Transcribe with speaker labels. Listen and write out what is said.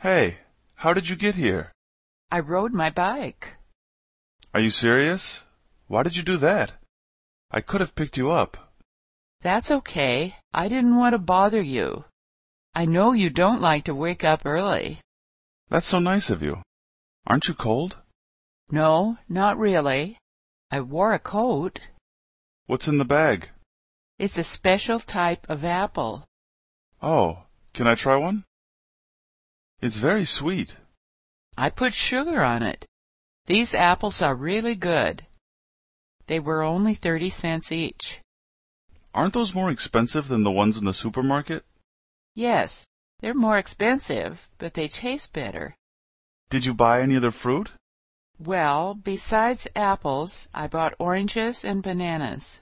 Speaker 1: Hey, how did you get here?
Speaker 2: I rode my bike.
Speaker 1: Are you serious? Why did you do that? I could have picked you up.
Speaker 2: That's okay. I didn't want to bother you. I know you don't like to wake up early.
Speaker 1: That's so nice of you. Aren't you cold?
Speaker 2: No, not really. I wore a coat.
Speaker 1: What's in the bag?
Speaker 2: It's a special type of apple.
Speaker 1: Oh, can I try one? It's very sweet.
Speaker 2: I put sugar on it. These apples are really good. They were only 30 cents each.
Speaker 1: Aren't those more expensive than the ones in the supermarket?
Speaker 2: Yes, they're more expensive, but they taste better.
Speaker 1: Did you buy any other fruit?
Speaker 2: Well, besides apples, I bought oranges and bananas.